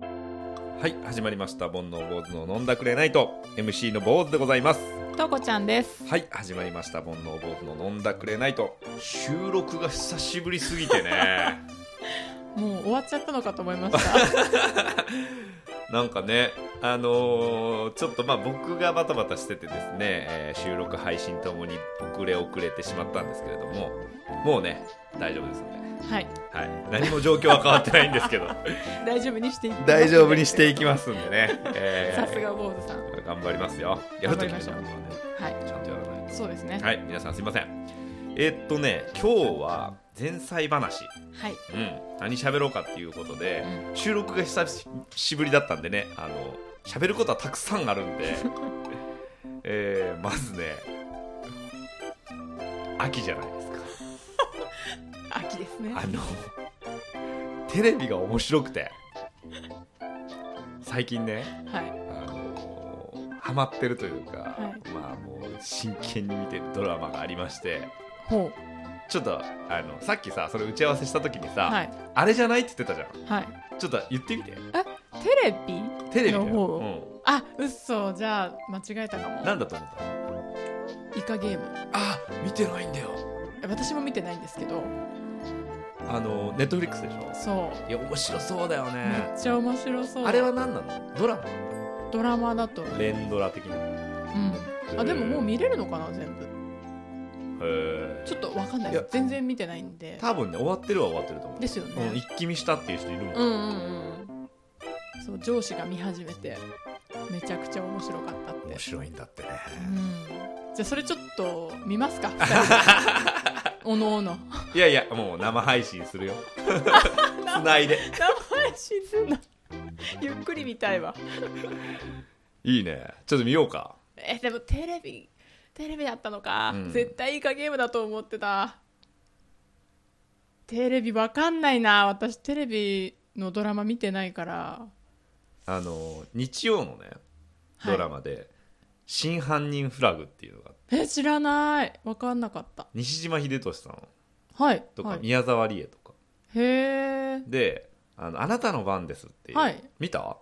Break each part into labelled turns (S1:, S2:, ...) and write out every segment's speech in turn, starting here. S1: はい始まりました煩悩坊主の飲んだくれないと MC の坊主でございます
S2: とうこちゃんです。
S1: はい始まりました煩悩坊主の飲んだくれないと収録が久しぶりすぎて ね
S2: もう終わっちゃったのかと思いま した。
S1: なんかねあのーちょっとまあ僕がバタバタしててですね、えー収録配信ともに遅れ遅れてしまったんですけれどももうね大丈夫ですね
S2: はい、
S1: はい何も状況は変わってないんですけど
S2: 大丈夫にしていきま す
S1: 大丈夫にしていきますんでね、えー
S2: さすが坊主さん。
S1: 頑張りますよやるときはね
S2: 頑張はい、
S1: ちゃんとやらないと
S2: そうですね。
S1: はい、皆さんすいません。えーっとね、今日は前菜話、
S2: はい、
S1: うん、何喋ろうかっていうことで、
S2: う
S1: 収録が久しぶりだったんでね、あの喋ることはたくさんある んで、えーまずね、秋じゃないですか。
S2: 秋ですね。
S1: あのテレビが面白くて、最近ね、
S2: はい、
S1: あのハマってるというか、
S2: はい
S1: まあもう真剣に見てるドラマがありまして。
S2: ほ
S1: ちょっとあのさっきさそれ打ち合わせした時に
S2: う、
S1: さ、
S2: はい、
S1: あれじゃないって言ってたじゃん
S2: はい。
S1: ちょっと言ってみて
S2: テレビ。
S1: テレビだよ、
S2: の方
S1: う
S2: あ、嘘、じゃあ、間違えたかも。
S1: ん、なんだと思った
S2: イカゲーム。
S1: あ見てないんだよ
S2: え私も見てないんですけど。
S1: あのネットフリックスでしょ
S2: そう、
S1: いや面白そうだよ
S2: め
S1: ね
S2: っちゃ面白そう。
S1: あれは何なのドラマ
S2: ドラマだと。う
S1: 連ドラ的なへ
S2: ん。あ、でも、もう見れるのかな、全部。
S1: え
S2: ちょっとわかんない
S1: いや
S2: 全然見てないんで。
S1: 多分ね終わってるは終わってると思う
S2: ですよね。
S1: うん、一気見したっていう人いるもん、
S2: うんうんうんそう上司が見始めてめちゃくちゃ面白かったって
S1: 面白いんだってね
S2: うんじゃあそれちょっと見ま すかおのおの
S1: いやいやもう生配信 するよつないで
S2: 配信すんのゆっくり見たいわ
S1: いいねちょっと見ようか
S2: えでもテレビテレビだったのか、
S1: うん
S2: 絶対イカゲームだと思ってたテレビわかんないな私テレビのドラマ見てないから
S1: あの日曜のね
S2: はい
S1: ドラマで、真犯人フラグ」っていうのが
S2: え知らないわかんなかった
S1: 西島秀俊さん
S2: はい
S1: とか、
S2: はい、
S1: 宮沢りえとか
S2: へえ
S1: であの「あなたの番です」っていう、
S2: はい
S1: 見た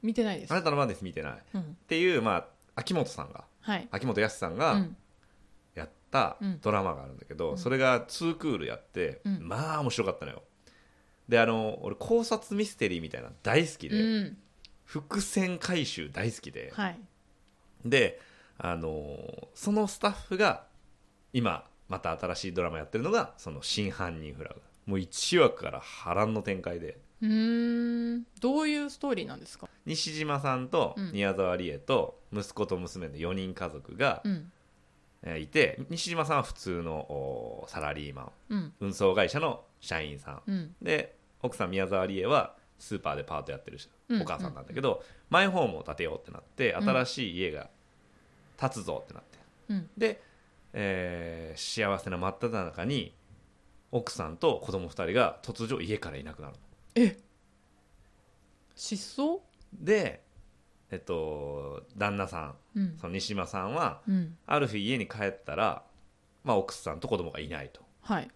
S2: 見てないです
S1: あなたの番です見てないっ
S2: うん、
S1: ていう、まあ、秋元さんが
S2: はい。
S1: 秋元康さん
S2: う
S1: が
S2: ん、
S1: やった
S2: うん
S1: ドラマがあるんだけど、
S2: うん
S1: それが2クールやって、
S2: うん
S1: まあ面白かったのよであの俺考察ミステリーみたいなの大好きで、
S2: うん、
S1: 伏線回収大好きで、
S2: はい。
S1: で、あのーそのスタッフが今また新しいドラマやってるのがその「真犯人フラグ」もう1話から波乱の展開で
S2: うーん、どういうストーリーなんですか。
S1: 西島さんと
S2: うん
S1: 宮沢りえと息子と娘の4人家族が
S2: うん、
S1: えーいて、西島さんは普通のおーサラリーマン
S2: うん、
S1: 運送会社の社員さん
S2: うん、
S1: で奥さん宮沢りえはスーパーでパートやってる人
S2: うん
S1: お母さんなんだけど、マイホームを建てようってなって
S2: ん
S1: 新しい家が建つぞってなって
S2: うん、
S1: で、えー幸せな真っ只中に奥さんと子供2人が突如家からいなくなる
S2: 失踪。
S1: でえっと旦那さ
S2: うん
S1: んそ、の西島さんは
S2: うん、
S1: ある日家に帰ったら、まあ、奥さんと子供がいないと
S2: はい。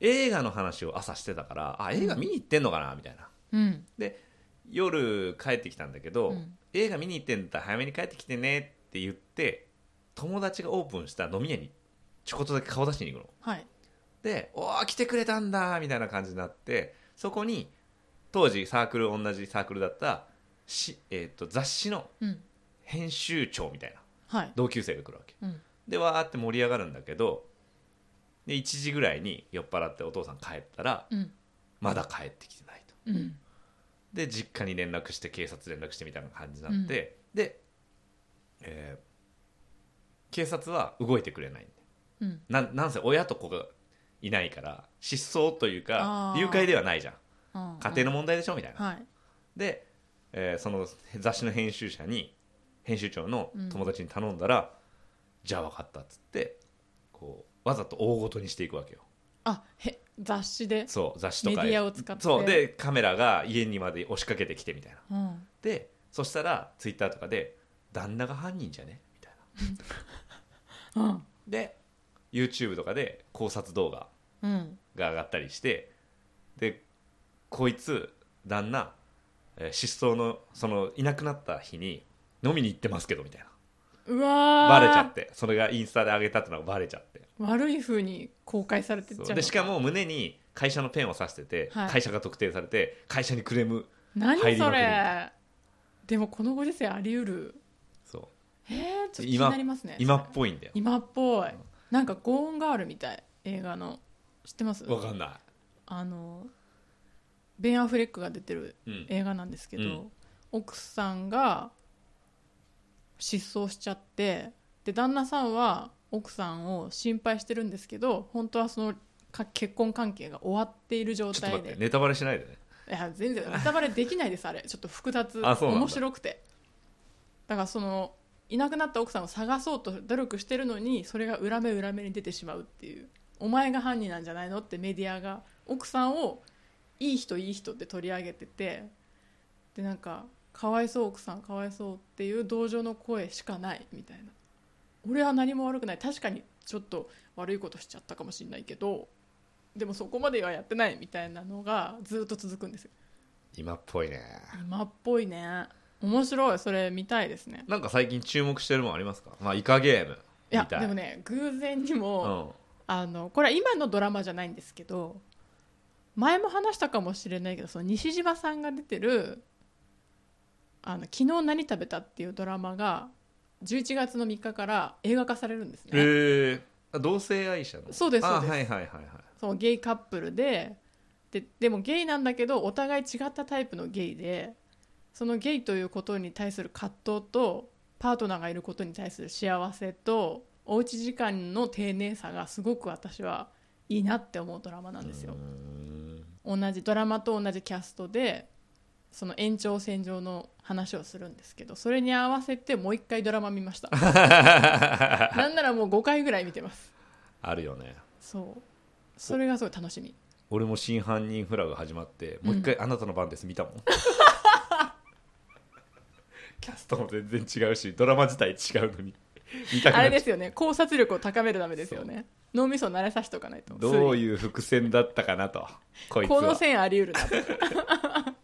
S1: 映画の話を朝してたからあ映画見に行ってんのかなみたいな
S2: うん、
S1: 夜帰ってきたんだけど、
S2: うん
S1: 映画見に行ってんだったら早めに帰ってきてねって言って友達がオープンした飲み屋にちょこっとだけ顔出しに行くの
S2: はい。
S1: で「おー来てくれたんだ」みたいな感じになってそこに当時サークル同じサークルだったし、えー、と雑誌の
S2: うん、
S1: 編集長みたいな
S2: はい。
S1: 同級生が来るわけ
S2: うん、
S1: でわーって盛り上がるんだけどで1時ぐらいに酔っ払ってお父さん帰ったら
S2: うん、
S1: まだ帰ってきてないと
S2: うん、
S1: で実家に連絡して警察連絡してみたいな感じになって、で、えー警察は動いてくれない
S2: うん、
S1: なんなんせ親と子がいないから失踪というか
S2: あー
S1: 誘拐ではないじゃん
S2: あ
S1: 家庭の問題でしょみたいな、
S2: はい。
S1: で、えーその雑誌の編集者に編集長の友達に頼んだら、じゃあ分かったっつってこうわざと大ごとにしていくわけよ
S2: あ、へ、雑誌で。
S1: そう雑誌と
S2: メデ
S1: か
S2: ィアを使って。
S1: そう。でカメラが家にまで押しかけてきてみたいな
S2: うん。
S1: でそしたらツイッターとかで「旦那が犯人じゃね?」みたいな
S2: うん。
S1: で YouTube とかで考察動画
S2: うん。
S1: が上がったりしてでこいつ旦那えー失踪のそのいなくなった日に飲みに行ってますけどみたいな
S2: うわー
S1: バレちゃってそれがインスタで上げたってのがバレちゃって
S2: 悪い風に公開されてっちゃう
S1: そうでしかも胸に会社のペンを刺してて、
S2: はい
S1: 会社が特定されて会社にクレーム
S2: 何
S1: 入り
S2: そ
S1: まくる
S2: れでもこのご時世あり得る
S1: そ
S2: えー、ちょっと気になります
S1: う
S2: ね
S1: 今っぽいんだよ
S2: 今っぽいなんかゴーンガールみたい映画の知ってます
S1: わかんな
S2: あのベン・アフレックが出てる
S1: い、うん、
S2: 映画なんですけど、
S1: うん
S2: 奥さんが失踪しちゃってで旦那さんは奥さんを心配してるんですけど本当はそのか結婚関係が終わっている状
S1: ちょっと
S2: 態
S1: 待っ
S2: で
S1: てネタバレしないでね
S2: いや全然ネタバレできないですあ れちょっと複雑
S1: あそうなんだ
S2: 面白くてだからそのいなくなった奥さんを探そうと努力してるのにそれが裏目裏目に出てしまうっていうお前が犯人なんじゃないのってメディアが奥さんをいい人いい人って取り上げててでなんかかわいそう奥さんかわいそうっていう同情の声しかないみたいな俺は何も悪くない確かにちょっと悪いことしちゃったかもしれないけどでもそこまではやってないみたいなのがずっと続くんですよ
S1: 今っぽいね
S2: 今っぽいね面白いそれ見たいですね
S1: なんか最近注目してるもんありますかまあイカゲーム
S2: いや
S1: みたい
S2: でもね偶然に
S1: う
S2: も、
S1: ん
S2: あのこれは今のドラマじゃないんですけど前も話したかもしれないけどその西島さんが出てる「あの昨日何食べた?」っていうドラマが11月の3日から映画化されるんですね、
S1: へえあ同性愛者の
S2: そうですそう
S1: あは
S2: です
S1: いはいはいはい
S2: そうゲイカップルでででもゲイなんだけどお互い違ったタイプのゲイでそのゲイということに対する葛藤とパートナーがいることに対する幸せとおうち時間の丁寧さがすごく私はいいなって思うドラマなんですよ
S1: うー。ん
S2: 同じドラマと同じキャストでその延長線上の話をするんですけどそれに合わせてもう一回ドラマ見ましたなんならもう5回ぐらい見てます
S1: あるよね
S2: そうそれがすごい楽しみ
S1: 俺も真犯人フラグ始まってもう一回「あなたの番です」見たもん キャストも全然違うしドラマ自体違うの に見たく
S2: あ
S1: な
S2: れ
S1: っちゃう
S2: ですよね考察力を高めるためですよね脳みそを慣れさせておかないと
S1: どう
S2: う
S1: いう伏線だったかなとこいつ
S2: この
S1: は
S2: 線あり得る なと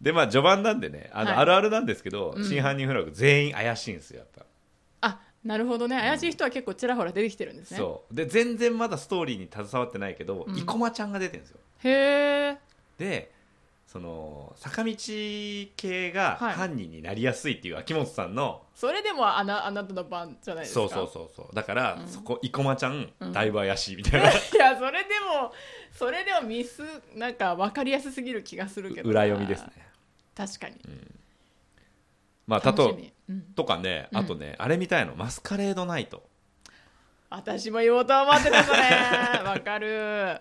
S1: でまあ序盤なんでねあの、
S2: はい
S1: あるあるなんですけど、
S2: ん
S1: 真犯人フラグ全員怪しいんですよやっぱ、
S2: あなるほどね怪しい人は結構ちらほら出てきてるんですね
S1: そうで全然まだストーリーに携わってないけど、
S2: うん
S1: 生駒ちゃんが出てるんですよ
S2: へえ
S1: でその坂道系が
S2: はい
S1: 犯人になりやすいっていう秋元さんの、
S2: それでもあなあなたの番じゃないです
S1: そう
S2: か
S1: そうそうそうだから、
S2: うん
S1: そこ生駒ちゃん、
S2: うん
S1: だいぶ怪しいみたいな
S2: いやそれでもそれでもミスなんか分かりやすすぎる気がするけどな
S1: 裏読みですね
S2: 確かに
S1: まあた
S2: 楽し
S1: と
S2: み、うん、
S1: とかねあとね、あれみたいのマスカレードナイト
S2: 私も言おうとは思ってたそれ わかる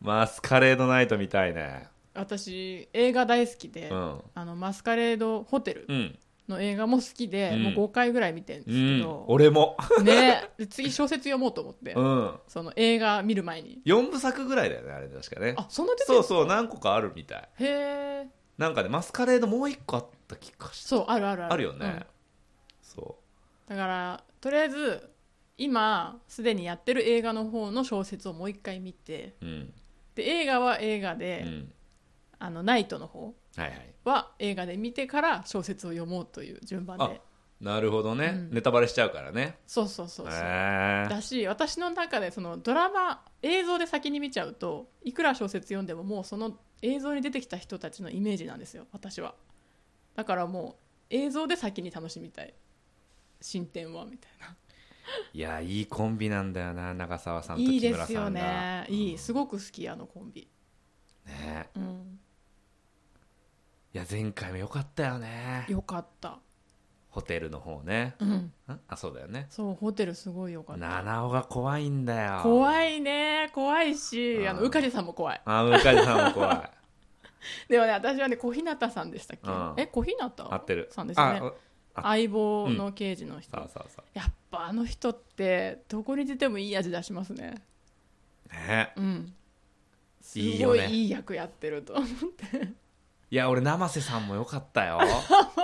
S1: マスカレードナイトみたいね
S2: 私映画大好きで、
S1: うん
S2: あのマスカレードホテル
S1: うん、
S2: の映画も好きで、
S1: うん
S2: もう5回ぐらい見てるん
S1: う
S2: ですけ
S1: ん、
S2: ど、
S1: 俺も、
S2: ね、で次小説読もうと思って、
S1: うん、
S2: その映画見る前に
S1: 4部作ぐらいだよねあれ確かね
S2: あそんな出て
S1: そ
S2: る
S1: うそう何個かあるみたい
S2: へえ
S1: なんかねマスカレードもう1個あった気がした
S2: そうあるあるある
S1: あるよね、
S2: うん
S1: そ
S2: だからとりあえず今すでにやってる映画の方の小説をもう一回見て
S1: ううん
S2: で映画は映画
S1: う
S2: で、
S1: ん
S2: あのナイトの方
S1: はいはい
S2: は映画で見てから小説を読もうという順番
S1: あ
S2: で
S1: なるほどね、
S2: うん
S1: ネタバレしちゃうからね
S2: そうそうそうそう、
S1: へー
S2: だし私の中でそのドラマ映像で先に見ちゃうといくら小説読んでももうその映像に出てきた人たちのイメージなんですよ私はだからもう映像で先に楽しみたい進展はみたいない
S1: やいいコンビなんだよな長澤さんと
S2: い
S1: 木
S2: いで
S1: 村
S2: す
S1: さ
S2: よ
S1: んが
S2: ね
S1: うん
S2: いいすごく好きあのコンビ
S1: ね
S2: うん
S1: いや前回もよかったよね
S2: よかった
S1: ホテルの方ね
S2: うん
S1: んあそうだよね
S2: そうホテルすごいよかった
S1: 七尾が怖いんだよ
S2: 怖
S1: い
S2: いね怖いしあの
S1: うん
S2: うかりさんも怖い
S1: あ向井さんも怖 い
S2: でもね私はね小日向さんでしたっけ
S1: うん
S2: え小日向
S1: 合ってる
S2: さんですよね
S1: ああ
S2: 相棒の刑事の人、
S1: そうそうそ
S2: やっぱあの人ってどこに出てもいい味出しますね
S1: うね
S2: うんす
S1: いいよ
S2: ご
S1: ね
S2: いいい役やってると思って
S1: いや俺生瀬さんもよかった よ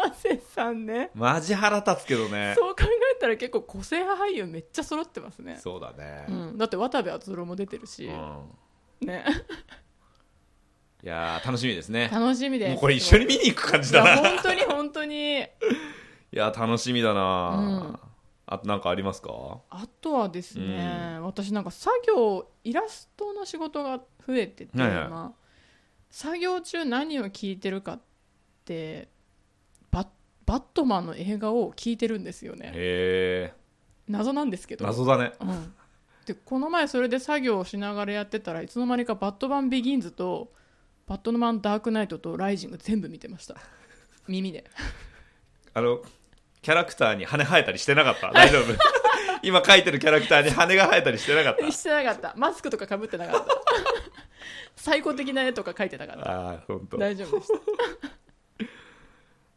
S2: マセさんね
S1: マジ腹立つけどね
S2: そう考えたら結構個性派俳優めっちゃ揃ってますね
S1: そうだね
S2: う、ん、だって渡部篤郎も出てるし、
S1: うん
S2: ね
S1: いやー楽しみですね
S2: 楽しみです
S1: もうこれ一緒に見に行く感じだ
S2: いや
S1: な
S2: 本当に本当に
S1: いやー楽しみだな、
S2: うん
S1: あとなんかありますか
S2: あとはですね、私なんか作業イラストの仕事が増えてて、
S1: はいはい
S2: 今作業中何を聞いてるかってババットマンの映画を聞いてるんですよね
S1: へえ
S2: 謎なんですけど、
S1: 謎だね
S2: うん、でこの前それで作業をしながらやってたらいつの間にか「バットマンビギンズ」と「バットマンダークナイト」と「ライジング」全部見て ました耳で
S1: あのキャラクターに羽生えたりしてなかっ た大丈夫 今描いてるキャラクターに羽が生えたりしてなかった
S2: してなかったマスクとかかぶってなかった 最高的な絵とか描いてなかった
S1: ああ本当
S2: 大丈夫でした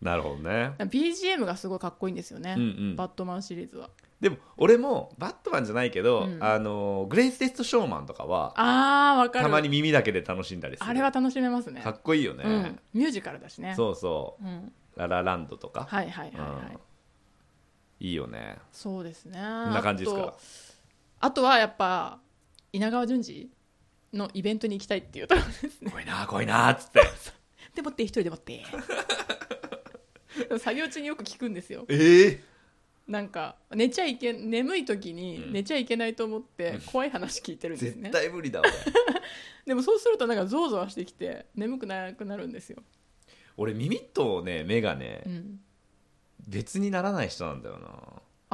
S1: なるほどね
S2: BGM がすごいかっこいいんですよね、
S1: うんうん
S2: バットマンシリーズは
S1: でも俺もバットマンじゃないけど、
S2: うん
S1: あのグレイステストショーマンとかは
S2: あーわかる
S1: たまに耳だけで楽しんだりする
S2: あれは楽しめますね
S1: かっこいいよね、
S2: うん、ミュージカルだしね、
S1: そうそう
S2: ん、
S1: うララランドとか、
S2: はいはいはいはい、
S1: い、いよね
S2: そうですね
S1: こんな感じです
S2: あ
S1: か
S2: とあとはやっぱ稲川淳二のイベントに行きたいっていうところ ですね
S1: 怖いな怖いなっつって
S2: でもって一人でもって 作業中によく聞くんですよ
S1: ええ
S2: なんか寝ちゃいけ眠い時に
S1: うん
S2: 寝ちゃいけないと思って怖い話聞いてるんですね
S1: 絶、対無理だ俺
S2: でもそうするとなんかゾワゾワしてきて眠くなくなるんですよ、
S1: 俺耳とね目がね、
S2: うん、
S1: 別にならない人なんだよな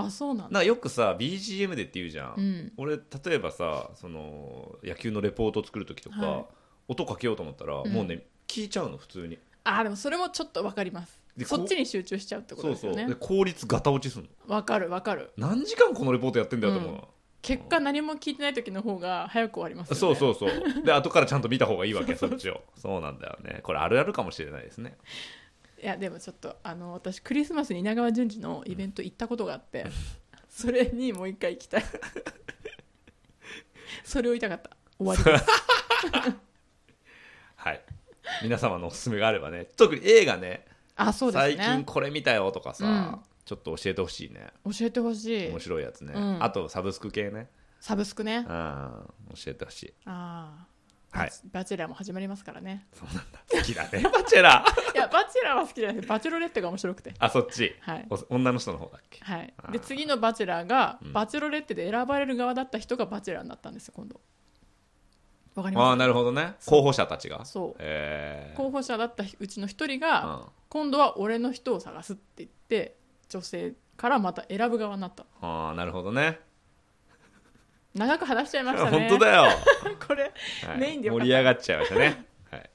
S2: あそうな
S1: な
S2: んだ
S1: んかよくさ BGM でって言うじゃん、
S2: うん
S1: 俺例えばさその野球のレポート作る時とか、
S2: はい
S1: 音かけようと思ったら、
S2: ん
S1: もうね聞いちゃうの普通に
S2: あでもそれもちょっとわかります
S1: でこう
S2: そっちに集中しちゃうってこと
S1: そう
S2: です
S1: そう
S2: よね
S1: で効率ガタ落ちすんの
S2: わかるわかる
S1: 何時間このレポートやってんだよと思うの、
S2: 結果何も聞いてない時の方が早く終わりますよね
S1: そうそうそうで後からちゃんと見た方がいいわけそっちをそうなんだよねこれあるあるかもしれないですね
S2: いやでもちょっとあの私クリスマスに稲川淳二のイベント行ったことがあ ってそれにもう一回行きたいそれを言いたかった終わりです
S1: はい皆様のおすすめがあればね特に映画ね
S2: あそうです
S1: 最近
S2: ね
S1: これ見たよとかさ、
S2: うん
S1: ちょっと教えてほしいね
S2: 教えてほしい
S1: 面白いやつね、
S2: うん
S1: あとサブスク系ね
S2: サブスクね
S1: ああ教えてほしい
S2: ああ
S1: はい
S2: バチェラーも始まりますからね
S1: そうなんだ好きだね バチェラー
S2: いやバチェラーは好きじゃないですバチェロレッテが面白くて
S1: あそっち、
S2: はい
S1: お女の人の方だっけ
S2: はい
S1: あ、ー
S2: で次のバチェラーが、バチェロレッテで選ばれる側だった人がバチェラーになったんですよ今度わかり
S1: あ
S2: ま
S1: あ
S2: す
S1: なるほどね候補者たちが
S2: そう
S1: えー
S2: 候補者だったうちの一人
S1: う
S2: が、
S1: ん
S2: 今度は俺の人を探すって言って女性からまた選ぶ側になった
S1: ああなるほどね
S2: 長く話しちゃいましたね
S1: 本当だよ、
S2: これ、
S1: はい
S2: メインでよか
S1: 盛
S2: っ
S1: り
S2: た
S1: 上がっちゃいましたね、はい、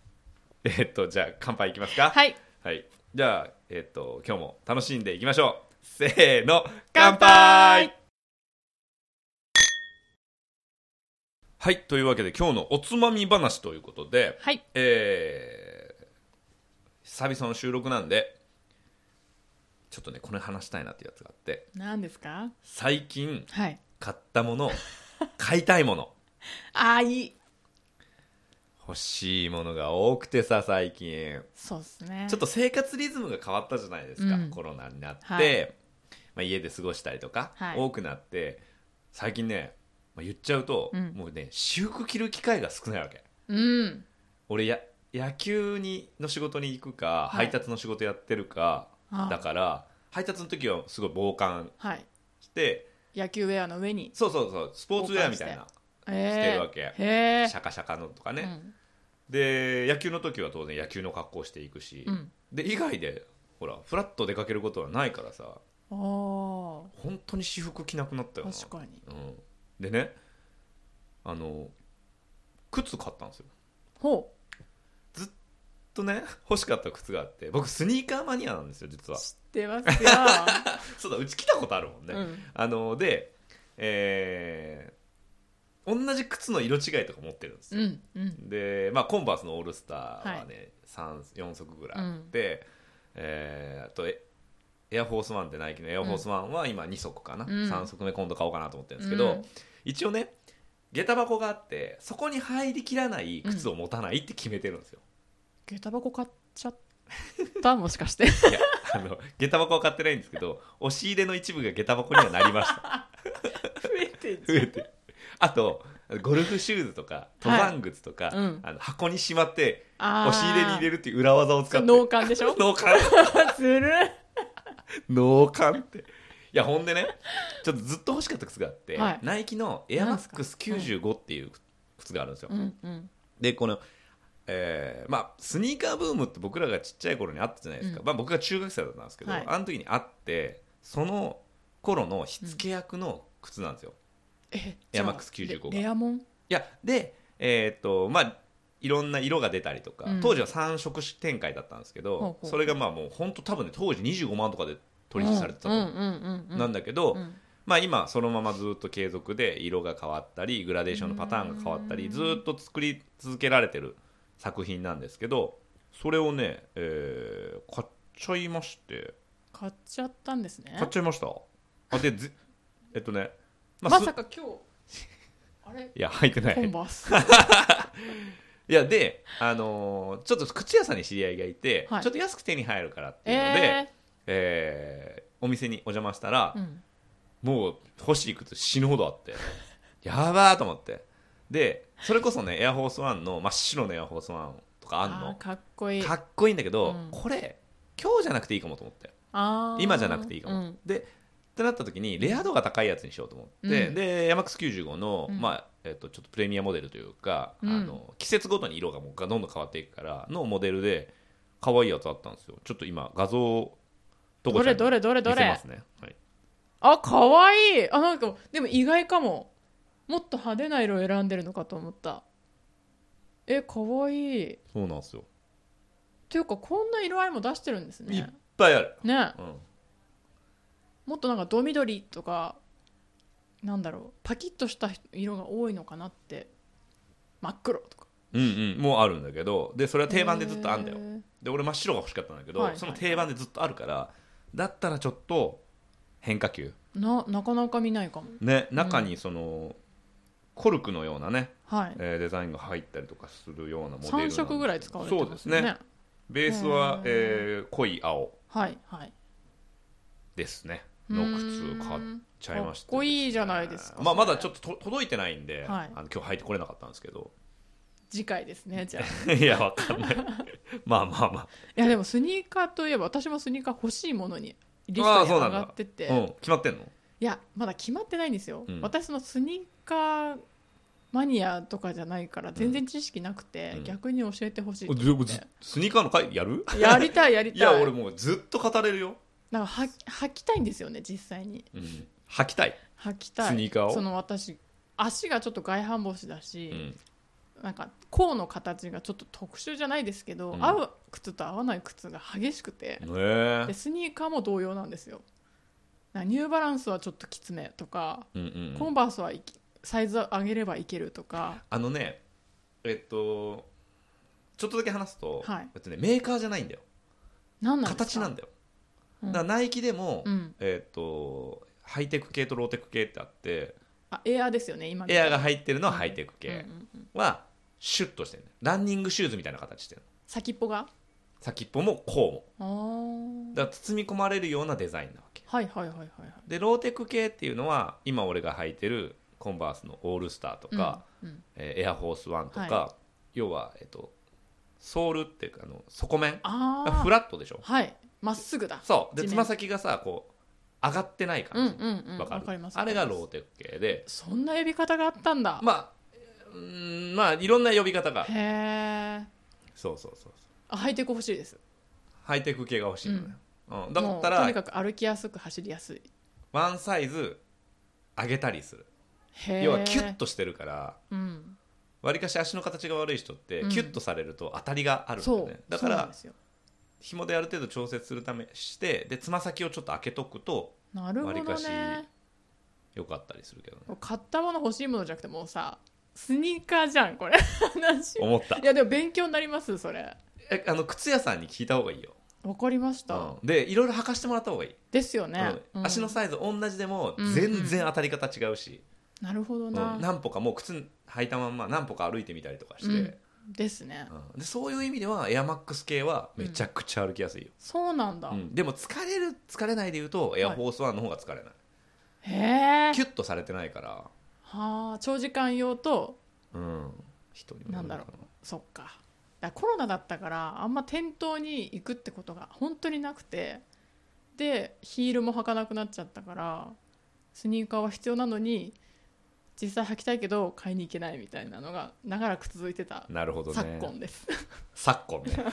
S1: えーっとじゃあ乾杯いきますか
S2: はい
S1: はい、じゃあ、えっと今日も楽しんでいきましょうせーの乾
S2: 乾杯
S1: 杯はいというわけで今日のおつまみ話ということで、
S2: はい
S1: えー、久々の収録なんでちょっとねこれ話したいなっていうやつがあって
S2: 何ですか
S1: 最近
S2: はい
S1: 買ったもの買いたいもの
S2: ああいい
S1: 欲しいものが多くてさ最近
S2: そうですね
S1: ちょっと生活リズムが変わったじゃないですか、
S2: うん
S1: コロナになって、
S2: はい
S1: まあ、家で過ごしたりとか、
S2: はい
S1: 多くなって最近ね、まあ、言っちゃうと、
S2: うん
S1: もうね私服着る機会が少ないわけ
S2: うん
S1: 俺や野球にの仕事に行くか、
S2: はい
S1: 配達の仕事やってるか
S2: あ
S1: だから配達の時はすごい防寒
S2: はい
S1: して
S2: 野球ウェアの上に
S1: そうそうそうスポーツウェアみたいなしてるわけ
S2: へえ
S1: シャカシャカのとかね、
S2: うん
S1: で野球の時は当然野球の格好していくし、
S2: うん
S1: で以外でほらフラッと出かけることはないからさ、
S2: あ
S1: 本当に私服着なくなったよ
S2: あ
S1: な
S2: 確かに
S1: うん、でねあの靴買ったんですよ
S2: ほ
S1: とね欲しかった靴があって僕スニーカーマニアなんですよ実
S2: う
S1: は
S2: 知ってま すよ、
S1: そうだうち来たことあるもんね、
S2: うん
S1: あのでえー同じ靴の色違いとか持ってるんです
S2: う
S1: よ、
S2: んうん
S1: でまあコンバースのオールスターは
S2: は
S1: ね、三4足ぐらいあって、えーあとエエアフォースワンってナイキのエアフォースワンは今2足かな、
S2: うん
S1: 3足目今度買おうかなと思ってるんですけど、
S2: うん
S1: 一応ね下駄箱があってそこに入りきらない靴を持たないって決めてるんです よ、
S2: 下駄箱買っちゃったもしかして
S1: いやあの下駄箱は買ってないんですけど 押し入れの一部が下駄箱にはなりました
S2: 増えてんじ
S1: 増えてあとゴルフシューズとか登山靴とか、
S2: うん
S1: あの箱にしまって
S2: あー
S1: 押し入れに入れるっていう裏技を使って
S2: 脳幹でし ょ
S1: 脳幹
S2: ずるい
S1: 脳幹っていやほんでねちょっとずっと欲しかった靴があって、
S2: はい
S1: ナイキのエアマックス
S2: なん
S1: 95っていう靴があるんですよ、
S2: うんうん
S1: でこのえーまあ、スニーカーブームって僕らがちっちゃい頃にあったじゃないですか、
S2: うん
S1: まあ、僕が中学生だったんですけど、
S2: はい
S1: あの時にあってその頃の火付け役の靴なんですよ、
S2: え
S1: エアマックス95が
S2: レレアモン
S1: いやでえーっとまあいろんな色が出たりとか、
S2: うん
S1: 当時は3色展開だったんですけど、
S2: ほうほう
S1: それがまあもう本当多分ね当時25万とかで取引されてたと
S2: うん
S1: 思
S2: う
S1: う、
S2: んうんうん
S1: なんだけど、
S2: うん
S1: まあ、今そのままずっと継続で色が変わったりグラデーションのパターンが変わった
S2: う
S1: り
S2: ん
S1: ずっと作り続けられてる作品なんですけどそれをね、えー買っちゃいまして
S2: 買っちゃったんですね
S1: 買っちゃいましたあでずえっとね、
S2: ま
S1: す
S2: さか 今日あれ
S1: いや入 ってない
S2: コンバース
S1: いやで、あのーちょっと靴屋さんに知り合いがいて、
S2: はい
S1: ちょっと安く手に入るからっていうので、え
S2: え
S1: ーお店にお邪魔したら、
S2: ーうん
S1: もう欲しい靴死ぬほどあって やばーと思ってでそれこそねエアフォースワンの真っ白のエアフォースワンとかあん
S2: あ
S1: の
S2: ーかっこいい
S1: かっこいいんだけど、
S2: うん
S1: これ今日じゃなくていいかもと思って今じゃなくていいかも、
S2: うん
S1: でってなった時にレア度が高いやつにしようと思って、
S2: うん
S1: でヤマックス95の、
S2: うん
S1: まあえっとちょっとプレミアモデルというか、
S2: うん
S1: あの季節ごとに色がもうどんどん変わっていくからのモデルで可愛いやつあったんですよちょっと今画像をど
S2: どれどれどれど
S1: 見せま
S2: れ
S1: すね、はい、
S2: あかわいいあなんかでも意外かももっと派手な色を選んでるのかと思ったえかわいい
S1: そうなんですよ
S2: ていうかこんな色合いも出してるんです
S1: いっ
S2: ね
S1: ぱいある、
S2: ね
S1: うん、
S2: もっとなんかド緑とかなんだろうパキッとした色が多いのかなって真っ黒とか
S1: うんうんもうあるんだけどでそれは定番でずっとあんだよ
S2: へー
S1: で俺真っ白が欲しかったんだけど、
S2: はいはい
S1: その定番でずっとあるからだったらちょっと変化球
S2: ななかなか見ないかも
S1: ね中にその、コルクのようなね、
S2: はい
S1: えーデザインが入ったりとかするようなモデルなん
S2: 3
S1: ですよ
S2: 色ぐらい使われてます
S1: そう
S2: ね
S1: ですねベースは
S2: へ
S1: え
S2: ー、
S1: ー濃い青
S2: はいはい
S1: ですねの靴を買っちゃいました、
S2: かっこいいじゃないですか
S1: まあ、まだちょ
S2: っと
S1: っとと届いてないんで、
S2: はい
S1: あの今日履いてこれなかったんですけど
S2: 次回ですねじゃあ
S1: いやわかんない まあまあまあ
S2: いやでもスニーカーといえば私もスニーカー欲しいものにリスト
S1: あー
S2: に
S1: そう
S2: 上
S1: なんだ
S2: がってて、
S1: うん、決まってんの
S2: いやまだ決まってないんですよ、
S1: うん
S2: 私そのスニーカーマニアとかじゃないから全然知識なくて、
S1: うん
S2: 逆に教えてほしいと
S1: で
S2: 思
S1: も
S2: って
S1: ずスニーカーの会やる
S2: やりたいやりた
S1: い
S2: い
S1: や俺もうずっと語れるよ、
S2: なんかは履きたいんですよね実際に
S1: 履きたい、
S2: 履きたい
S1: スニーカーを
S2: その私足がちょっと外反母趾だ
S1: う
S2: し、
S1: ん、
S2: なんか甲の形がちょっと特殊じゃないですけど、
S1: うん
S2: 合う靴と合わない靴が激しくて、
S1: え
S2: でスニーカーも同様なんですよなんかニューバランスはちょっときつめとか、
S1: うんうんう
S2: コ
S1: ん
S2: ンバースはいきサイズ上げればいけるとか
S1: あのねえっとちょっとだけ話すと、
S2: はい
S1: えっとね、メーカーじゃないんだよ
S2: 何なんですか
S1: 形なんだよ、
S2: うん
S1: だからナイキでも、
S2: うん
S1: えっとハイテク系とローテク系ってあって
S2: あエアーですよね今
S1: エアが
S2: 入っ
S1: 入ってるのはハイテク系はシュッとしてる、ね、ランニングシューズみたいな形してる
S2: 先っぽが
S1: 先っぽもこうも
S2: あー
S1: だから包み込まれるようなデザインなわけ
S2: はいはいはいはいはい
S1: でローテク系っていうのは今俺が履いてるコンバースのオールスターとか、、
S2: うんうん
S1: えーエアフォースワンとか、
S2: は
S1: 要は、えっとソールっていうかあの底面
S2: あ
S1: が
S2: あ
S1: フラットでしょ
S2: はいまっすぐだ
S1: そうで
S2: 地
S1: つ
S2: 面
S1: ま先がさこう上がってない
S2: うんう
S1: 感じ、
S2: んうん
S1: わかる
S2: わかります
S1: あれがロー
S2: わか
S1: テク系で
S2: りますそんな呼び方があったんだ、
S1: まあうーんまあいろんな呼び方が
S2: へえ
S1: そうそうそうそう
S2: 履いてく欲しいです
S1: ハイテク系が欲しいのね、うんだ
S2: も
S1: っ
S2: う
S1: た
S2: と
S1: ら
S2: にかく歩きやすく走りやすい
S1: ワンサイズ上げたりする
S2: へえ
S1: 要はキュッとしてるから
S2: うん
S1: わりかし足の形が悪い人って
S2: うん
S1: キュッとされると当たりがあるんだ
S2: そ
S1: よ
S2: う
S1: ね、だか
S2: そうなん
S1: ら
S2: ですよ
S1: 紐である程度調節するためしてでつま先をちょっと開けとくと
S2: なるほ
S1: わり
S2: ど
S1: かし
S2: ね
S1: よかったりするけどね
S2: 買ったもの欲しいものじゃなくてもうさスニーカーじゃんこれ 話い
S1: 思った
S2: やでも勉強になりますそれ
S1: えあの靴屋さんに聞いた方がいいよ、
S2: わかりました、
S1: うん、でいろいろ履かしてもらった方がいい、
S2: ですよね、
S1: う
S2: うんん
S1: 足のサイズ同じでも
S2: うん
S1: 全然当たり方違うし、
S2: なるほど
S1: うん
S2: な、
S1: 何歩かもう靴履いたまんま何歩か歩いてみたりとかして、
S2: う
S1: うんん
S2: ですね
S1: でそういう意味ではエアマックス系はめちゃくちゃ歩きやすいよ、
S2: そうなんだ、
S1: うんでも疲れる疲れないで言うとエアフォースワンの方が疲れない、
S2: へえ
S1: キュッとされてないから
S2: はあ長時間用と
S1: うん一人も
S2: なんだろうそっかだからコロナだったからあんま店頭に行くってことが本当になくてでヒールも履かなくなっちゃったからスニーカーは必要なのに実際履きたいけど買いに行けないみたいなのが長らく続いてた
S1: なるほどね
S2: 昨今です、
S1: 昨今ね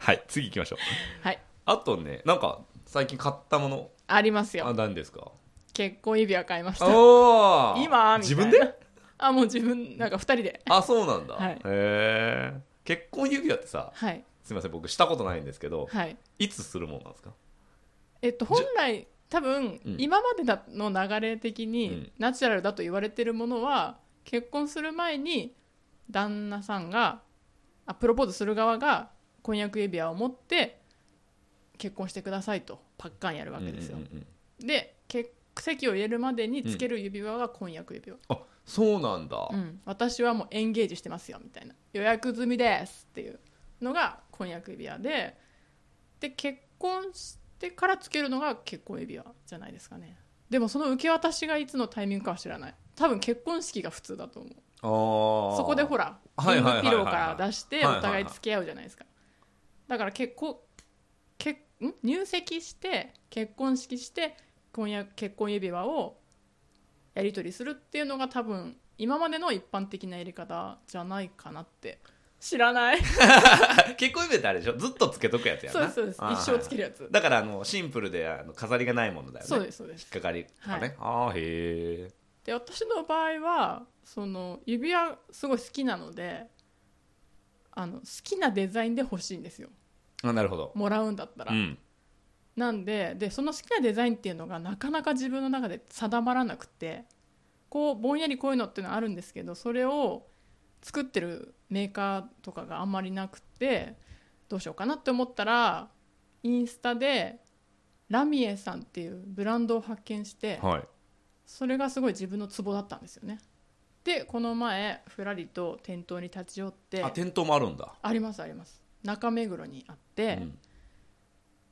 S1: はい次行きましょう
S2: はい
S1: あとねなんか最近買ったもの
S2: あります
S1: あ
S2: よ
S1: 何ですか
S2: 結婚指輪買いました
S1: おー
S2: 今みた
S1: 自
S2: いな
S1: 分で
S2: あもう自分なんか2人で
S1: あそうなんだ、
S2: はい
S1: へえ結婚指輪ってさ
S2: はい
S1: すいません僕したことないんですけど
S2: はい
S1: いつするもんなんですか
S2: えっと本来多分
S1: うん
S2: 今までだの流れ的
S1: う
S2: に
S1: ん
S2: ナチュラルだと言われてるものは結婚する前に旦那さんがあプロポーズする側が婚約指輪を持って結婚してくださいとパッカンやるわけですよ、
S1: うんうんうんうん
S2: で結籍を入れるまでにつける指輪が婚約指輪、
S1: あそうなんだ、
S2: うん私はもうエンゲージしてますよみたいな予約済みですっていうのが婚約指輪でで結婚してからつけるのが結婚指輪じゃないですかねでもその受け渡しがいつのタイミングかは知らない多分結婚式が普通だと思う
S1: あー
S2: そこでほら
S1: はい
S2: リン
S1: はいはいはい
S2: グピローから出して
S1: はいはい
S2: お互い付き合うじゃないですかだから結婚結ん入籍して結婚式して婚約結婚指輪をやり取りするっていうのが多分今までの一般的なやり方じゃないかなって知らない
S1: 結婚指輪ってあれでしょずっとつけとくやつや
S2: そう
S1: な
S2: ですそうです
S1: あー
S2: 一生つけるやつ、
S1: はいだからあのシンプルであの飾りがないものだよね
S2: そうですそうです
S1: 引っかかりとかね、ああへえ
S2: で私の場合はその指輪すごい好きなのであの好きなデザインで欲しいんですよ
S1: あなるほど
S2: もらうんだったら、
S1: うん
S2: なんででその好きなデザインっていうのがなかなか自分の中で定まらなくてこうぼんやりこういうのっていうのはあるんですけどそれを作ってるメーカーとかがあんまりなくてどうしようかなって思ったらインスタでラミエさんっていうブランドを発見して
S1: はい
S2: それがすごい自分のツボだったんですよねでこの前ふらりと店頭に立ち寄って
S1: あ店頭もあるんだ、
S2: ありますあります中目黒にあっ
S1: う
S2: て、
S1: ん、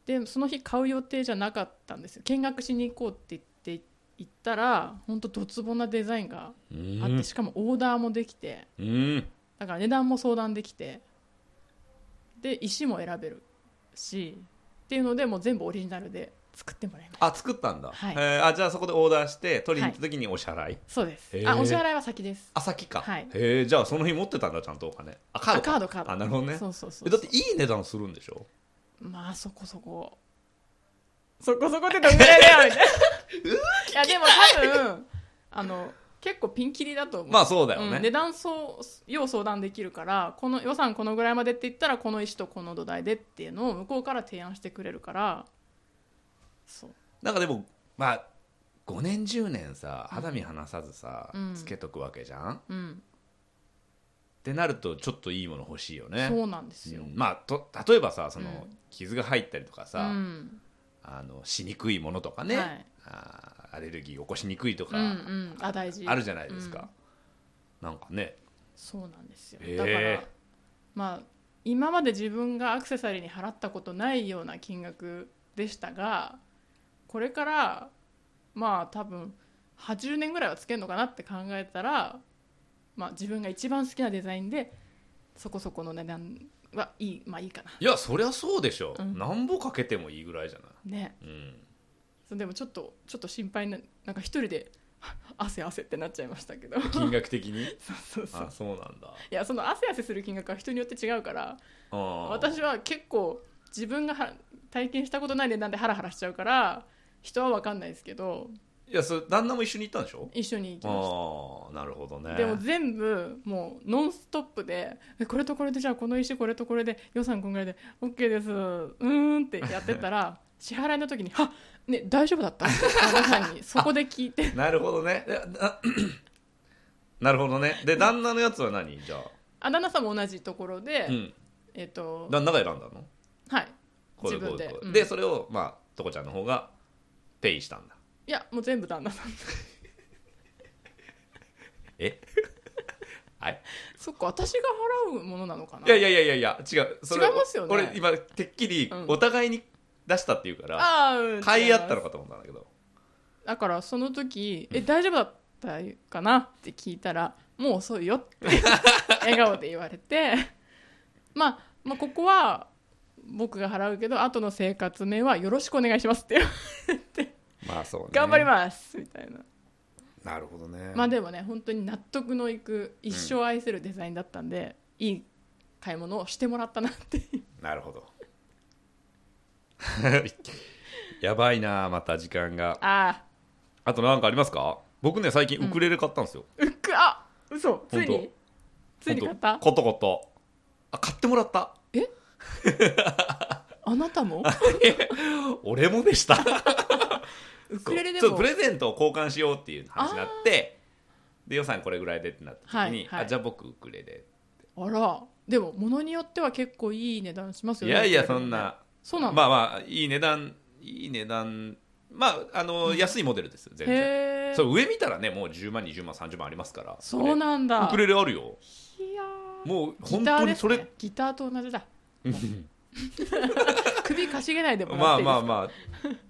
S2: でその日買う予定じゃなかったんですよ見学しに行こうって言って行ったら本当ドツボなデザインが
S1: う
S2: あって、
S1: ん
S2: しかもオーダーもできて
S1: うん
S2: だから値段も相談できてで石も選べるしっていうのでもう全部オリジナルで作ってもらいまし
S1: あ作ったんだ、
S2: はい
S1: えーあじゃあそこでオーダーして取りに行った時にお支払い、
S2: たそうです
S1: へー
S2: あお支払いは先です
S1: あ先か、
S2: はい
S1: へえじゃあその日持ってたんだちゃんとお金あカード
S2: あ
S1: か
S2: カードカード
S1: あなるほどね
S2: そうそうそう
S1: えだっていい値段するんでしょ
S2: まあそこそこそこそこってどんぐらいだよみたいな いやでも多分あの結構ピンキリだと 思う
S1: まあそうだよね、
S2: うん、値段相要相談できるからこの予算このぐらいまでって言ったらこの石とこの土台でっていうのを向こうから提案してくれるからそう
S1: なんかでもまあ5年10年さ肌身離さずさ、
S2: うん
S1: つけとくわけじゃんっ
S2: うん
S1: てなるとちょっといいもの欲しいよね
S2: そうなんですよ、
S1: うんまあと例えばさその、
S2: うん
S1: 傷が入ったりとか
S2: う
S1: さ、
S2: ん、
S1: あのしにくいものとかね、
S2: はい
S1: あーアレルギー起こしにくいと
S2: う
S1: か、
S2: んうんあ大事
S1: あるじゃないです
S2: う
S1: か
S2: ん、
S1: なんかね
S2: そうなんですよ
S1: へえ
S2: だからまあ今まで自分がアクセサリーに払ったことないような金額でしたがこれからまあ多分80年ぐらいはつけるのかなって考えたら、まあ、自分が一番好きなデザインでそこそこの値段はいいまあいいかない
S1: やそりゃそうでしょ、
S2: うん
S1: なんぼかけてもいいぐらいじゃない
S2: ね
S1: うん
S2: そうでもちょっとちょっと心配ななんか一人で汗汗ってなっちゃいましたけどそう
S1: 金額的に
S2: そうそう
S1: あそうなんだ
S2: いやその汗汗する金額は人によって違うから
S1: あー
S2: 私は結構自分がは体験したことない値段でハラハラしちゃうから人は分かんないですけど
S1: いやそれ旦那も一緒に行ったんでしょ
S2: 一緒に行きまし
S1: ああなるほどね
S2: たでも全部もうノンストップでえこれとこれでじゃあこの石これとこれで予算こんぐらいで OK ですうーんってやってたら支払いの時に「はね大丈夫だ った?」って旦那さんにそこで聞いて
S1: なるほどねでな なるほどねで旦那のやつは何じゃあ、
S2: あ旦那さんも同じところで、
S1: うん、
S2: えっ、と
S1: 旦那が選んだの
S2: はい
S1: こういう
S2: 自分で
S1: こういうこういう
S2: うん
S1: でそれをまあとこちゃんの方がペイしたんだ
S2: いやもう全部旦那さん
S1: えはい
S2: そっか私が払うものなのかない
S1: やいやいやいやいや違うそれ
S2: 違いますよね
S1: 俺今てっきり
S2: うん
S1: お互いに出したっていうから、
S2: あーうん
S1: 買い合った
S2: 違ます
S1: のかと思ったんだけど
S2: だからその時「え大丈夫だったいかなって聞いたらもう遅いよって 笑顔で言われて、まあ、まあここは僕が払うけど後の生活面はよろしくお願いしますって言われて
S1: まあそうね
S2: 頑張りますみたいな
S1: すなるほどね
S2: まあでもね本当に納得のいく一生愛せるデザインだったんで、いい買い物をしてもらったなっていう
S1: なるほ どやばいなまた時間が
S2: あ
S1: あとなんかありますか僕ね最近ウクレレ買ったんですよ、
S2: あうっくあ嘘つい
S1: 本
S2: についに買った
S1: コトコトあ買ってもらった
S2: あな たも
S1: 俺もでした
S2: ウクレレで
S1: そうちょっ
S2: も
S1: とプレゼントを交換しようっていう話になってで予算これぐらいでってなった時に、
S2: はいはい
S1: あじゃあ僕ウクレレ
S2: あらでも物によっては結構いい値段します
S1: い
S2: よね
S1: やいや
S2: ウクレ
S1: そ
S2: レ
S1: んな
S2: そうなの、
S1: まあまあいい値段いい値段まああの、安いモデルですよ全然
S2: へえ
S1: そ
S2: そう
S1: 上見たらねもう10万20万30万ありますから
S2: うなんだ
S1: ウクレレあるよ
S2: いやー
S1: もう
S2: ギ
S1: 本
S2: タ
S1: 当
S2: ーで
S1: に
S2: す
S1: それ
S2: ねギターと同じだ首かしげないでも
S1: ま
S2: らっ
S1: あ
S2: ていいですか
S1: まあま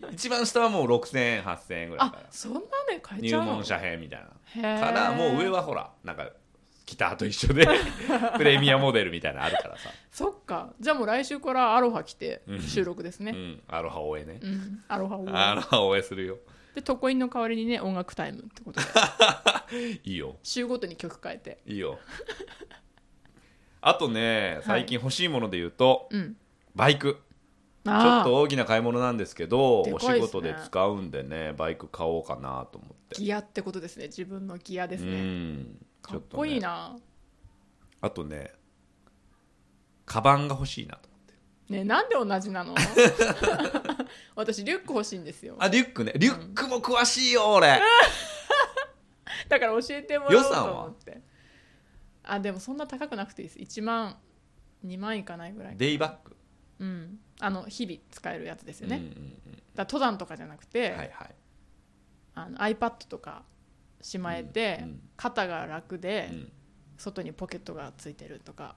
S1: あ一番下はもう6000円8000円ぐらいか
S2: あそんなね買えち
S1: 入
S2: ゃうの
S1: 門者編みたいな
S2: へー
S1: からもう上はほらなんかギターと一緒 でプレミアモデルみたいなのあるからさ、
S2: そっかじゃあもう来週からアロハ来て
S1: うん
S2: 収録です
S1: う
S2: ね
S1: ん、アロハ応援ね
S2: うん、アロハを
S1: アロハ応援するよ
S2: でトコインの代わりにね音楽タイムってこと で
S1: いいよ
S2: 週ごとに曲変えて
S1: いいよあとね最近欲しいもので言うと、
S2: うん
S1: バイクちょ
S2: あ
S1: っ
S2: ー
S1: と大きな買い物なんですけど、
S2: で
S1: お
S2: かいっす
S1: 仕事
S2: ね
S1: で使うんでねバイク買おうかなと思って
S2: ギアってことですね自分のギアです
S1: う
S2: ね
S1: んち
S2: か
S1: ょ
S2: っ
S1: と
S2: こいい
S1: ね
S2: な
S1: あとねカバンが欲しいなと思って
S2: ねなんで同じ なの私リュック欲しいんですよ
S1: あリュックねリュックも詳しいよ俺、
S2: だから教えてもらおうと
S1: 予算は
S2: 思ってあでもそんな高くなくていいです1万2万いかないぐらい
S1: デイバッグ、
S2: うんあの日々使えるやつですよね、
S1: うんう
S2: だか
S1: んうん
S2: ら登山とかじゃなくて、
S1: はいはい
S2: あの iPad とかしまえて、
S1: うんうん
S2: 肩が楽で、
S1: うん
S2: 外にポケットがついてるとか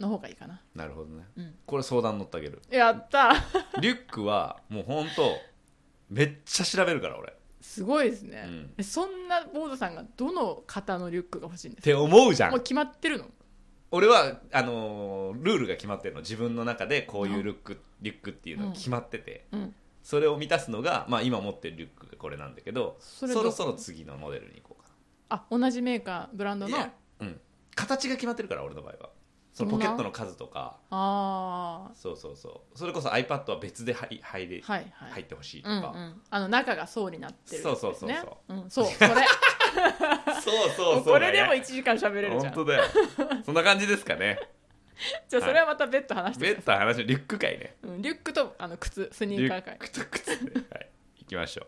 S2: の方がいいかな
S1: なるほどね、
S2: うん
S1: これ相談乗ってあげる
S2: やったー
S1: リュックはもうほんとめっちゃ調べるから俺っ
S2: すごいですね
S1: うん、
S2: えそんなボードさんがどの型のリュックが欲しいんです
S1: て思うじゃ
S2: かもうん決まってるの
S1: 俺はあのールールが決まってるの自分の中でこういうルック、リュックっていうのが決まってて、
S2: うん
S1: それを満たすのが、まあ、今持ってるリュックがこれなんだけどそ
S2: それどこ
S1: ろそろ次のモデルに行こうか
S2: あ同じメーカーブランド
S1: な
S2: のあ
S1: うん、形が決まってるから俺の場合はその
S2: そ
S1: ポ
S2: んな
S1: ケットの数とか
S2: あ
S1: そうそうそうそれこそ iPad は別で入入れ
S2: ーはいはい、
S1: 入ってほしいと
S2: うんう
S1: か、
S2: ん、あの中が層になってるやつですね、
S1: そうそう
S2: そうそう、ん、そうそれ
S1: そうそう
S2: もう
S1: そう
S2: こ
S1: だ
S2: れ
S1: よ
S2: でも1時間喋れるじゃん
S1: 本当だよそんな感じですかね
S2: じゃあそれはまた別途話してください
S1: 別途話リュック界ね
S2: うん、リュックとあの靴スニ
S1: リ
S2: ー
S1: ュ
S2: カー
S1: ッ
S2: 界
S1: クと靴ねはい行きましょう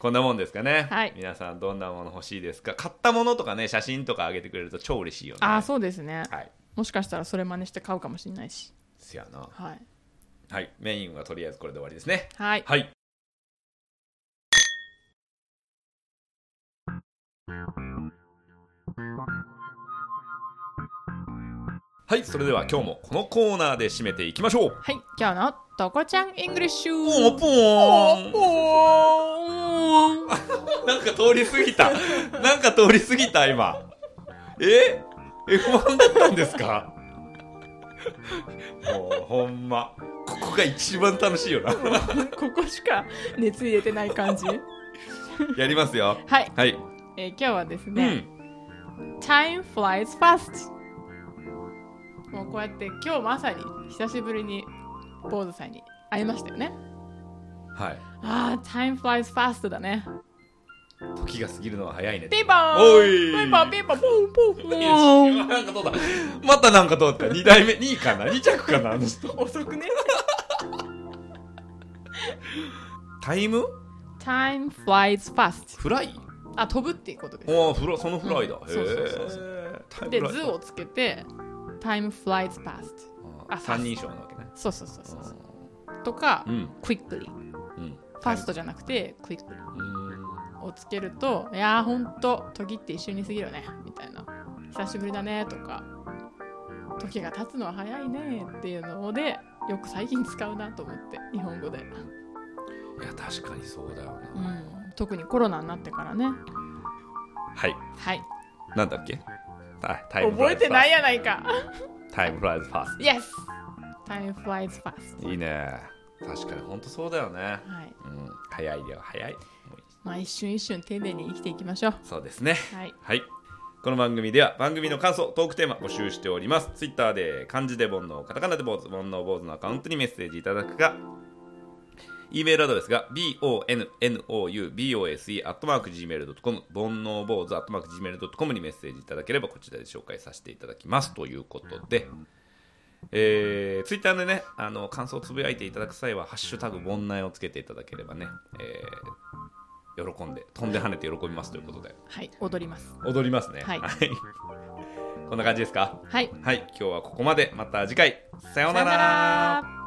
S1: こんなもんですかね、
S2: はい
S1: 皆さんどんなもの欲しいですか買ったものとかね写真とか上げてくれると超嬉しいよね
S2: ああそうですね、
S1: はい
S2: もしかしたらそれ真似して買うかもしれないし
S1: せやな
S2: はい
S1: はいメインはとりあえずこれで終わりですね
S2: はい
S1: はい。はい、それでは今日もこのコーナーで締めていきましょう。
S2: はい今日の「とこちゃんイングリッシュ」
S1: ポンポーン
S2: おー
S1: なんか通り過ぎた。なんか通り過ぎた、今。え ?F1 だったんですかもうほんま。ここが一番楽しいよな。
S2: ここしか熱入れてない感じは
S1: やりますよ。
S2: い、
S1: はい。
S2: えー今日はです
S1: う
S2: ね
S1: ん。
S2: 「Time flies fast」もうこうやって今日まさに久しぶりに坊主さんに会いましたよね
S1: はい。
S2: ああ「Time flies fast」だね
S1: 時が過ぎるのは早いね。
S2: ピンポーン
S1: おい
S2: ピンポンピンポンポンポンポ
S1: い
S2: ン
S1: やなんかどうだまたなんかどうだった2代目2位かな2着かなあの人
S2: 遅くね
S1: タイム
S2: Time flies fast
S1: フライ
S2: あ飛ぶっていうことです
S1: おおフラそのフライだ、
S2: うん
S1: へえ
S2: そうそうそうそ
S1: タイム
S2: で
S1: フライ
S2: 図をつけて Time flies past
S1: あ
S2: あ
S1: 三人称なわけね
S2: そうそうそうそうとか、
S1: うん
S2: quickly
S1: うん
S2: ファストじゃなくて quickly
S1: うん
S2: をつけるといやーほんと時って一瞬に過ぎるよねみたいな久しぶりだねとか時が経つのは早いねっていうのでよく最近使うなと思って日本語で、
S1: いや確かにそうだよな、
S2: うん、特にコロナになってからね
S1: はい
S2: はい
S1: なんだっけあタイムフ
S2: 覚
S1: ラ
S2: え
S1: イズ
S2: て
S1: ファ
S2: ない
S1: ー
S2: やないか
S1: ストタイムフライズファース
S2: Yes Time flies fast
S1: トいいね確かに本当そうだよね
S2: はい
S1: うん早いよ早いもう
S2: まあ一瞬一瞬丁寧に生きていきましょう
S1: そうですね
S2: はい
S1: はい。この番組では番組の感想、トークテーマ募集しております。ツイッターで漢字で煩悩、カタカナで坊主、煩悩坊主のアカウントにメッセージいただくか、E メールアドレスが bonoubose.gmail.com 煩悩坊主 .gmail.com にメッセージいただければこちらで紹介させていただきますということで、えー、ツイッターでねあの感想をつぶやいていただく際は「ハッシュタグ煩悩」をつけていただければね、えー喜んで飛んで跳ねて喜びますということで
S2: はい踊ります
S1: 踊りますね
S2: はい
S1: こんな感じですか
S2: はい
S1: はい今日はここまでまた次回さような
S2: さよな
S1: ら
S2: ら